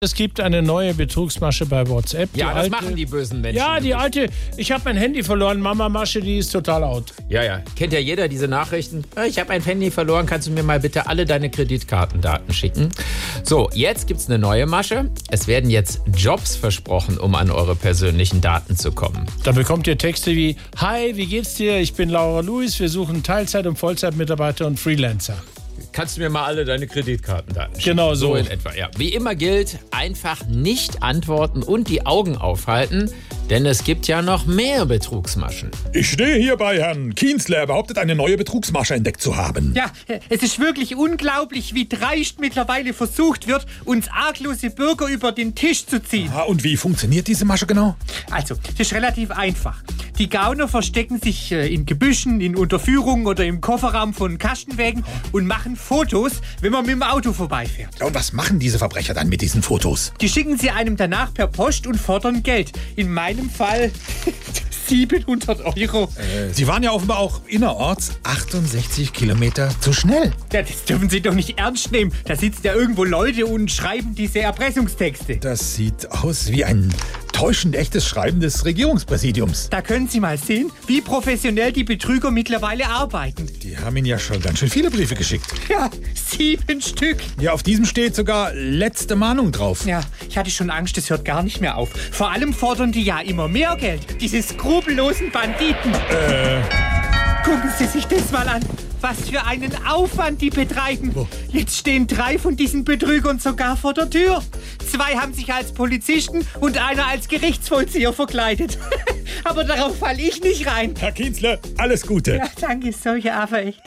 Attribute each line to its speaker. Speaker 1: Es gibt eine neue Betrugsmasche bei WhatsApp.
Speaker 2: Ja,
Speaker 1: Die
Speaker 2: das
Speaker 1: alte-
Speaker 2: machen die bösen Menschen.
Speaker 1: Ja, die alte, ich habe mein Handy verloren, Mama Masche, die ist total out.
Speaker 2: ja, ja. Kennt ja jeder diese Nachrichten. Äh, Ich habe mein Handy verloren, kannst du mir mal bitte alle deine Kreditkartendaten schicken? So, jetzt gibt's eine neue Masche. Es werden jetzt Jobs versprochen, um an eure persönlichen Daten zu kommen.
Speaker 1: Da bekommt ihr Texte wie, Hi, wie geht's dir? Ich bin Laura Lewis, wir suchen Teilzeit- und Vollzeitmitarbeiter und Freelancer.
Speaker 2: Kannst du mir mal alle deine Kreditkartendaten schicken?
Speaker 1: Genau so.
Speaker 2: So in etwa, ja. Wie immer gilt, einfach nicht antworten und die Augen aufhalten, denn es gibt ja noch mehr Betrugsmaschen.
Speaker 3: Ich stehe hier bei Herrn Kienzler. Er behauptet, eine neue Betrugsmasche entdeckt zu haben.
Speaker 4: Ja, es ist wirklich unglaublich, wie dreist mittlerweile versucht wird, uns arglose Bürger über den Tisch zu ziehen.
Speaker 3: Ah, und wie funktioniert diese Masche genau?
Speaker 4: Also, es ist relativ einfach. Die Gauner verstecken sich äh, in Gebüschen, in Unterführungen oder im Kofferraum von Kastenwägen und machen Fotos, wenn man mit dem Auto vorbeifährt.
Speaker 3: Ja, und was machen diese Verbrecher dann mit diesen Fotos?
Speaker 4: Die schicken sie einem danach per Post und fordern Geld. In meinem Fall 700 Euro.
Speaker 3: Sie waren ja offenbar auch innerorts 68 Kilometer zu schnell.
Speaker 4: Ja, das dürfen sie doch nicht ernst nehmen. Da sitzen ja irgendwo Leute und schreiben diese Erpressungstexte.
Speaker 3: Das sieht aus wie ein täuschend echtes Schreiben des Regierungspräsidiums.
Speaker 4: Da können Sie mal sehen, wie professionell die Betrüger mittlerweile arbeiten.
Speaker 3: Die haben ihnen ja schon ganz schön viele Briefe geschickt.
Speaker 4: Ja, sieben Stück.
Speaker 3: Ja, auf diesem steht sogar letzte Mahnung drauf.
Speaker 4: Ja, ich hatte schon Angst, es hört gar nicht mehr auf. Vor allem fordern die ja immer mehr Geld, diese skrupellosen Banditen. Äh. Gucken Sie sich das mal an. Was für einen Aufwand die betreiben. Jetzt stehen drei von diesen Betrügern sogar vor der Tür. Zwei haben sich als Polizisten und einer als Gerichtsvollzieher verkleidet. Aber darauf falle ich nicht rein.
Speaker 3: Herr Kienzler, alles Gute.
Speaker 4: Ja, danke, solche Affe echt.